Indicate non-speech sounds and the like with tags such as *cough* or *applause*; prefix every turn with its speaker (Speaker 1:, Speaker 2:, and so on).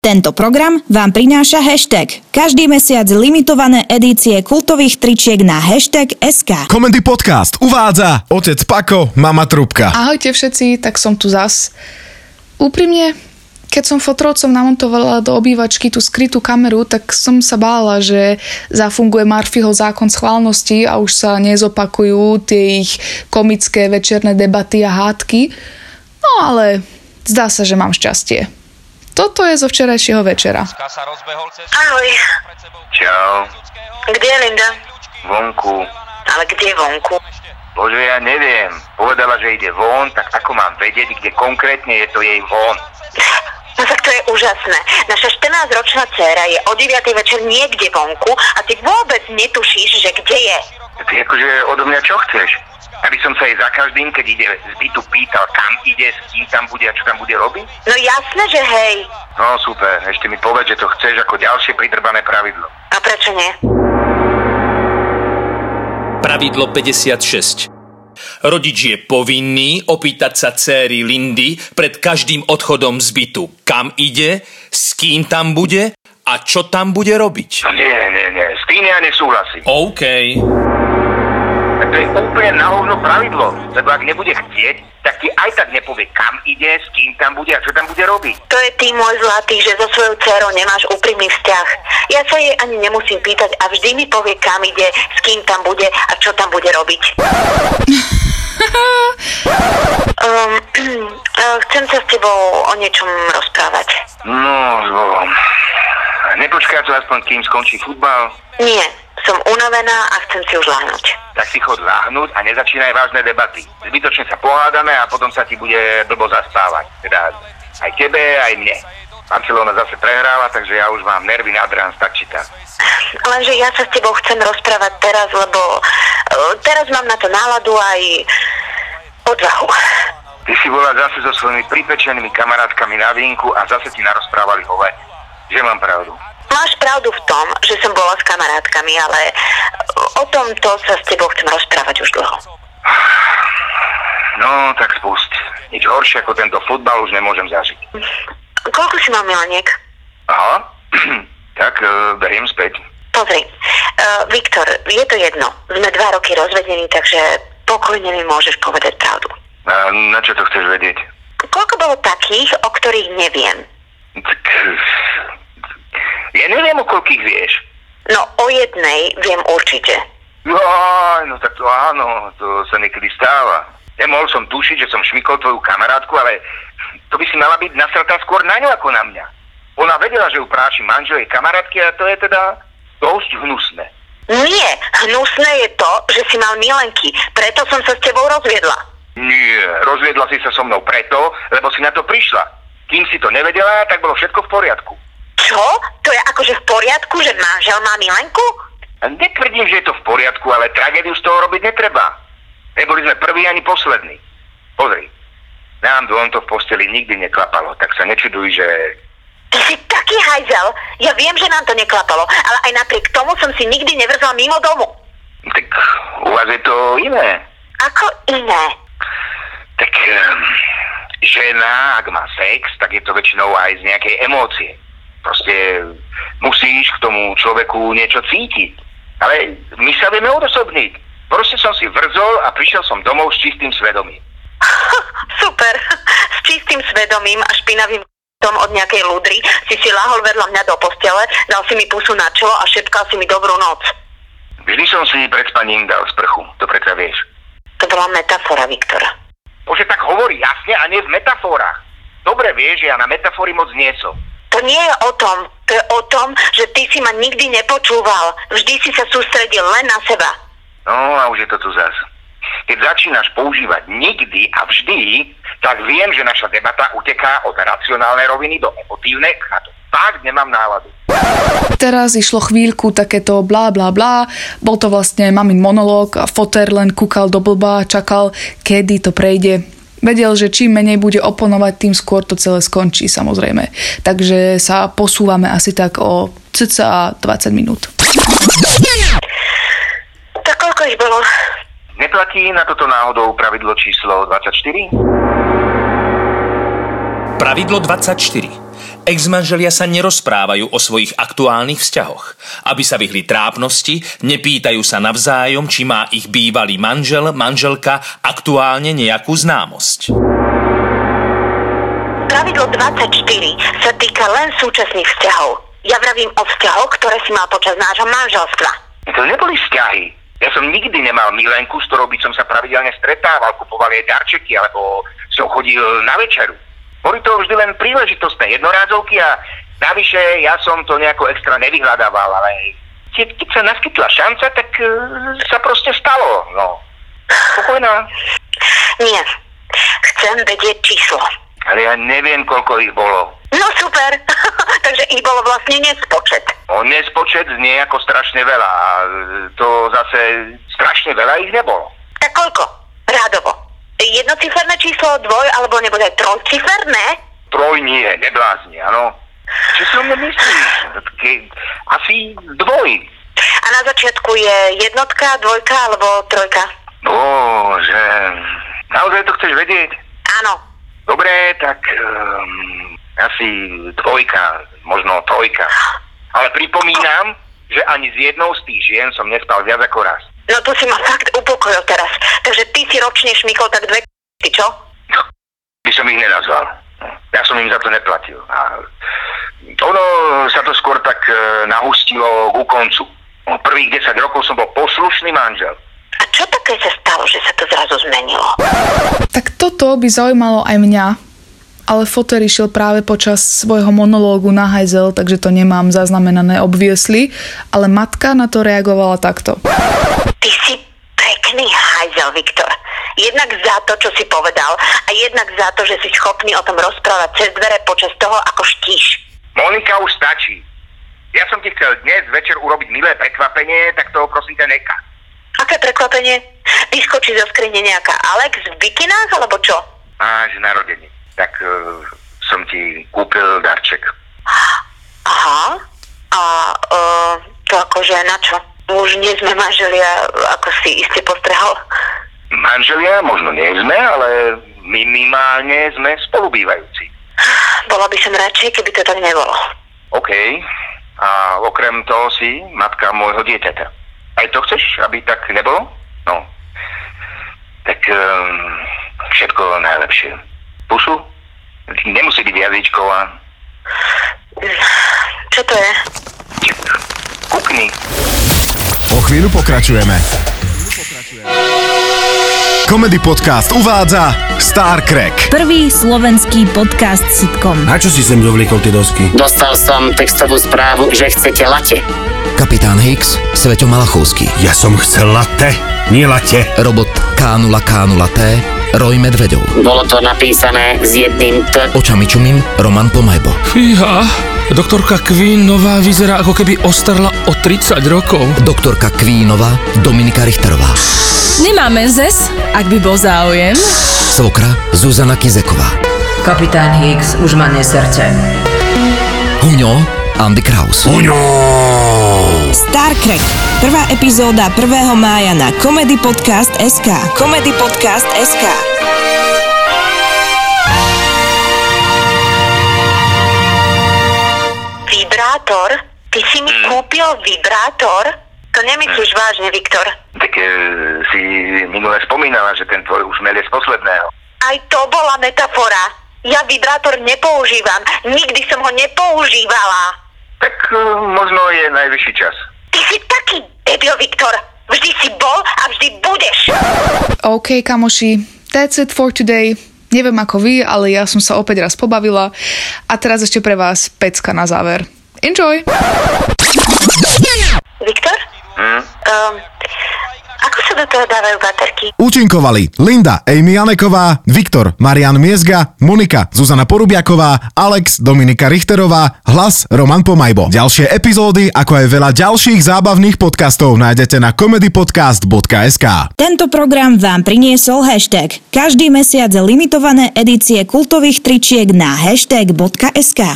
Speaker 1: Tento program vám prináša hashtag. Každý mesiac limitované edície kultových tričiek na hashtag SK.
Speaker 2: Komendy podcast uvádza otec Pako, mama Trubka.
Speaker 3: Ahojte všetci, tak som tu zas. Úprimne, keď som fotrovcom namontovala do obývačky tú skrytú kameru, tak som sa bála, že zafunguje Murphyho zákon schválnosti a už sa nezopakujú tie ich komické večerné debaty a hádky. No ale zdá sa, že mám šťastie. Toto je zo včerajšieho večera.
Speaker 4: sa rozbehol cez
Speaker 5: Ahoj,
Speaker 4: pred sebou
Speaker 6: Čau,
Speaker 5: kde je Linda?
Speaker 6: vonku.
Speaker 5: Ale kde je vonku?
Speaker 6: Bože, ja neviem. Povedala, že ide von, tak ako mám vedieť, kde konkrétne je to jej von.
Speaker 5: No tak to je úžasné. Naša 14-ročná dcéra je o 9. večer niekde vonku a ty vôbec netušíš, že kde je.
Speaker 6: Ty akože odo mňa čo chceš? Aby som sa jej za každým, keď ide z bytu, pýtal, kam ide, s kým tam bude a čo tam bude robiť?
Speaker 5: No jasné, že hej.
Speaker 6: No super, ešte mi povedz, že to chceš ako ďalšie pridrbané pravidlo.
Speaker 5: A prečo nie?
Speaker 7: Pravidlo 56. Rodič je povinný opýtať sa céry Lindy pred každým odchodom z bytu, kam ide, s kým tam bude a čo tam bude robiť.
Speaker 6: No nie, nie, nie, s tým ja nesúhlasím.
Speaker 7: OK.
Speaker 6: Tak to je úplne na hovno pravidlo, lebo ak nebude chcieť, tak ti aj tak nepovie, kam ide, s kým tam bude a čo tam bude robiť.
Speaker 5: To je ty, môj zlatý, že so svojou dcérou nemáš úprimný vzťah. Ja sa jej ani nemusím pýtať a vždy mi povie, kam ide, s kým tam bude a čo tam bude robiť. um, *clears throat* eh, chcem sa s tebou o niečom rozprávať.
Speaker 6: No, zvolom. Nepočká to aspoň, kým skončí futbal,
Speaker 5: Nie, som unavená a chcem si už láhnuť.
Speaker 6: tak si chod láhnuť a nezačínaj vážne debaty. Zbytočne sa pohádame a potom sa ti bude blbo zaspávať. Teda aj tebe, aj mne. Barcelona zase prehráva, takže ja už mám nervy na dran, tak či tak.
Speaker 5: Lenže ja sa s tebou chcem rozprávať teraz, lebo eh, teraz mám na to náladu aj odvahu.
Speaker 6: Ty si bola zase so svojimi pripečenými kamarátkami na vínku a zase ti narozprávali hovať. Že mám pravdu.
Speaker 5: Máš pravdu v tom, že som bola s kamarátkami, ale eh, o tomto sa s tebou chcem rozprávať už dlho.
Speaker 6: No, tak spust. Nič horšie ako tento futbal už nemôžem zažiť.
Speaker 5: Koľko si mal Milaniek?
Speaker 6: Aha, *clears throat* tak e, beriem späť.
Speaker 5: Pozri, eh, Viktor, je to jedno. Sme dva roky rozvedení, takže pokojne mi môžeš povedať pravdu.
Speaker 6: A na čo to chceš vedieť?
Speaker 5: Koľko bolo takých, o ktorých neviem?
Speaker 6: Tak, ja neviem, o koľkých vieš.
Speaker 5: No o jednej viem určite.
Speaker 6: Jaj, no tak to áno, to sa niekedy stáva. Nemohol som tušiť, že som šmikol tvoju kamarátku, ale to by si mala byť nasratá skôr na ňu ako na mňa. Ona vedela, že ju práši manžel jej kamarátky a to je teda dosť hnusné.
Speaker 5: Nie, hnusné je to, že si mal milenky, preto som sa s tebou rozviedla.
Speaker 6: Nie, rozviedla si sa so mnou preto, lebo si na to prišla. Kým si to nevedela, tak bolo všetko v poriadku.
Speaker 5: Čo? To je akože v poriadku, že manžel má milenku?
Speaker 6: A Netvrdím, že je to v poriadku, ale tragédiu z toho robiť netreba. Neboli sme prví ani poslední. Pozri, nám dvom to v posteli nikdy neklapalo, tak sa nečuduj, že...
Speaker 5: Ty si taký hajzel. Ja viem, že nám to neklapalo, ale aj napriek tomu som si nikdy nevrzla mimo domu.
Speaker 6: Tak u vás je to iné.
Speaker 5: Ako iné.
Speaker 6: Tak ehm, žena, ak má sex, tak je to väčšinou aj z nejakej emócie. Proste musíš k tomu človeku niečo cítiť. Ale my sa vieme odosobniť. Proste som si vrzol a prišiel som domov s čistým svedomím.
Speaker 5: Super. S čistým svedomím a špinavým tom od nejakej ľudry si si lahol vedľa mňa do postele, dal si mi pusu na čelo a šepkal si mi dobrú noc.
Speaker 6: Vždy som si pred spaním dal sprchu, to predsa vieš.
Speaker 5: To bola metafora, Viktor.
Speaker 6: Bože, tak hovorí jasne a nie v metaforách. Dobre vieš, že ja na metafory moc nie som.
Speaker 5: To nie je o tom. To je o tom, že ty si ma nikdy nepočúval. Vždy si sa sústredil len na seba.
Speaker 6: No a už je to tu zas. Keď začínaš používať nikdy a vždy, tak viem, že naša debata uteká od racionálnej roviny do emotívnej a to fakt nemám náladu.
Speaker 3: Teraz išlo chvíľku takéto blá blá blá, bol to vlastne mamin monológ a foter len kúkal do blba a čakal, kedy to prejde. Vedel, že čím menej bude oponovať, tým skôr to celé skončí samozrejme. Takže sa posúvame asi tak o cca 20 minút.
Speaker 5: Tak koľko ich bolo?
Speaker 6: Neplatí na toto náhodou pravidlo číslo 24?
Speaker 7: Pravidlo 24. Exmanželia sa nerozprávajú o svojich aktuálnych vzťahoch. Aby sa vyhli trápnosti, nepýtajú sa navzájom, či má ich bývalý manžel, manželka aktuálne nejakú známosť.
Speaker 5: Pravidlo 24 sa týka len súčasných vzťahov. Ja vravím o vzťahoch, ktoré si mal počas nášho manželstva.
Speaker 6: To neboli vzťahy. Ja som nikdy nemal milenku, s ktorou by som sa pravidelne stretával, kupoval jej darčeky, alebo som chodil na večeru. Boli to vždy len príležitostné jednorázovky a navyše ja som to nejako extra nevyhľadával, ale keď, keď sa naskytla šanca, tak e, sa proste stalo, no. Spokojná.
Speaker 5: Nie. Chcem vedieť číslo.
Speaker 6: Ale ja neviem, koľko ich bolo.
Speaker 5: No super. *laughs* Takže ich bolo vlastne nespočet.
Speaker 6: O nespočet znie ako strašne veľa. A to zase strašne veľa ich nebolo.
Speaker 5: Tak koľko? Rádovo. Jednociferné číslo, dvoj alebo nebude aj trojciferné?
Speaker 6: Troj nie, neblázni, áno. Čo si o mne myslíš? Ke, asi dvoj.
Speaker 5: A na začiatku je jednotka, dvojka alebo trojka?
Speaker 6: Bože, No, naozaj to chceš vedieť?
Speaker 5: Áno.
Speaker 6: Dobre, tak um, asi dvojka, možno trojka. Ale pripomínam, že ani s jednou z tých žien som nespal viac ako raz.
Speaker 5: No tu si ma fakt upokojil teraz. Takže ty si ročne šmykol tak dve k***y, čo?
Speaker 6: by som ich nenazval. Ja som im za to neplatil. A ono sa to skôr tak e, nahustilo ku koncu. No, Prvých 10 rokov som bol poslušný manžel.
Speaker 5: A čo také sa stalo, že sa to zrazu zmenilo?
Speaker 3: Tak toto by zaujímalo aj mňa, ale foter išiel práve počas svojho monológu na hajzel, takže to nemám zaznamenané obviesli, ale matka na to reagovala takto.
Speaker 5: Ty si pekný hajzel, Viktor. Jednak za to, čo si povedal a jednak za to, že si schopný o tom rozprávať cez dvere počas toho, ako štíš.
Speaker 6: Monika už stačí. Ja som ti chcel dnes večer urobiť milé prekvapenie, tak toho prosím ťa neka.
Speaker 5: Aké prekvapenie? Vyskočí zo skrine nejaká Alex v bikinách alebo čo?
Speaker 6: Máš narodení. Tak e, som ti kúpil darček.
Speaker 5: Aha. A uh, to akože na čo? Už nie sme manželia, ako si iste postrehol.
Speaker 6: Manželia možno nie sme, ale minimálne sme spolubývajúci.
Speaker 5: Bola by som radšej, keby to tak nebolo.
Speaker 6: OK. A okrem toho si matka môjho dieťaťa. Aj to chceš, aby tak nebolo? No. Tak um, všetko najlepšie. Pusu? Nemusí byť jazyčková.
Speaker 5: Hm. Čo to je?
Speaker 6: Ček. Kukni.
Speaker 2: O chvíľu pokračujeme. Komedy podcast uvádza Star Crack.
Speaker 1: Prvý slovenský podcast sitcom.
Speaker 4: Na čo si sem dovliekol tie dosky?
Speaker 8: Dostal som textovú správu, že chcete late.
Speaker 9: Kapitán Hicks, Sveto Malachovský,
Speaker 4: Ja som chcel latte, nie late.
Speaker 9: robot K0K0T, Roy Medvedov,
Speaker 8: Bolo to napísané s jedným T.
Speaker 9: očami čumím Roman Pomajbo,
Speaker 10: Fíha, doktorka Queen nová vyzerá ako keby ostarla o 30 rokov.
Speaker 9: doktorka Kvínova, Dominika Richterová,
Speaker 11: Nemá menzes, ak by bol záujem.
Speaker 9: svokra Zuzana Kizeková,
Speaker 11: Kapitán Hicks už má neserce.
Speaker 9: Huňo Andy Kraus.
Speaker 1: Star Trek. Prvá epizóda 1. mája na Comedy Podcast SK. Comedy Podcast SK.
Speaker 5: Vibrátor? Ty si mi kúpil vibrátor? To nemyslíš vážne, Viktor.
Speaker 6: Tak e, si minule spomínala, že ten tvoj už z posledného.
Speaker 5: Aj to bola metafora. Ja vibrátor nepoužívam. Nikdy som ho nepoužívala.
Speaker 6: Tak e, možno je najvyšší čas.
Speaker 5: Ty si taký debil, Viktor. Vždy si bol a vždy budeš.
Speaker 3: OK, kamoši, that's it for today. Neviem ako vy, ale ja som sa opäť raz pobavila. A teraz ešte pre vás pecka na záver. Enjoy!
Speaker 5: Viktor? Um, ako sa do toho dávajú baterky?
Speaker 2: Účinkovali Linda, Amy Janeková, Viktor, Marian Miezga, Monika, Zuzana Porubiaková, Alex, Dominika Richterová, Hlas, Roman Pomajbo. Ďalšie epizódy, ako aj veľa ďalších zábavných podcastov nájdete na comedypodcast.sk.
Speaker 1: Tento program vám priniesol hashtag. Každý mesiac limitované edície kultových tričiek na hashtag.sk.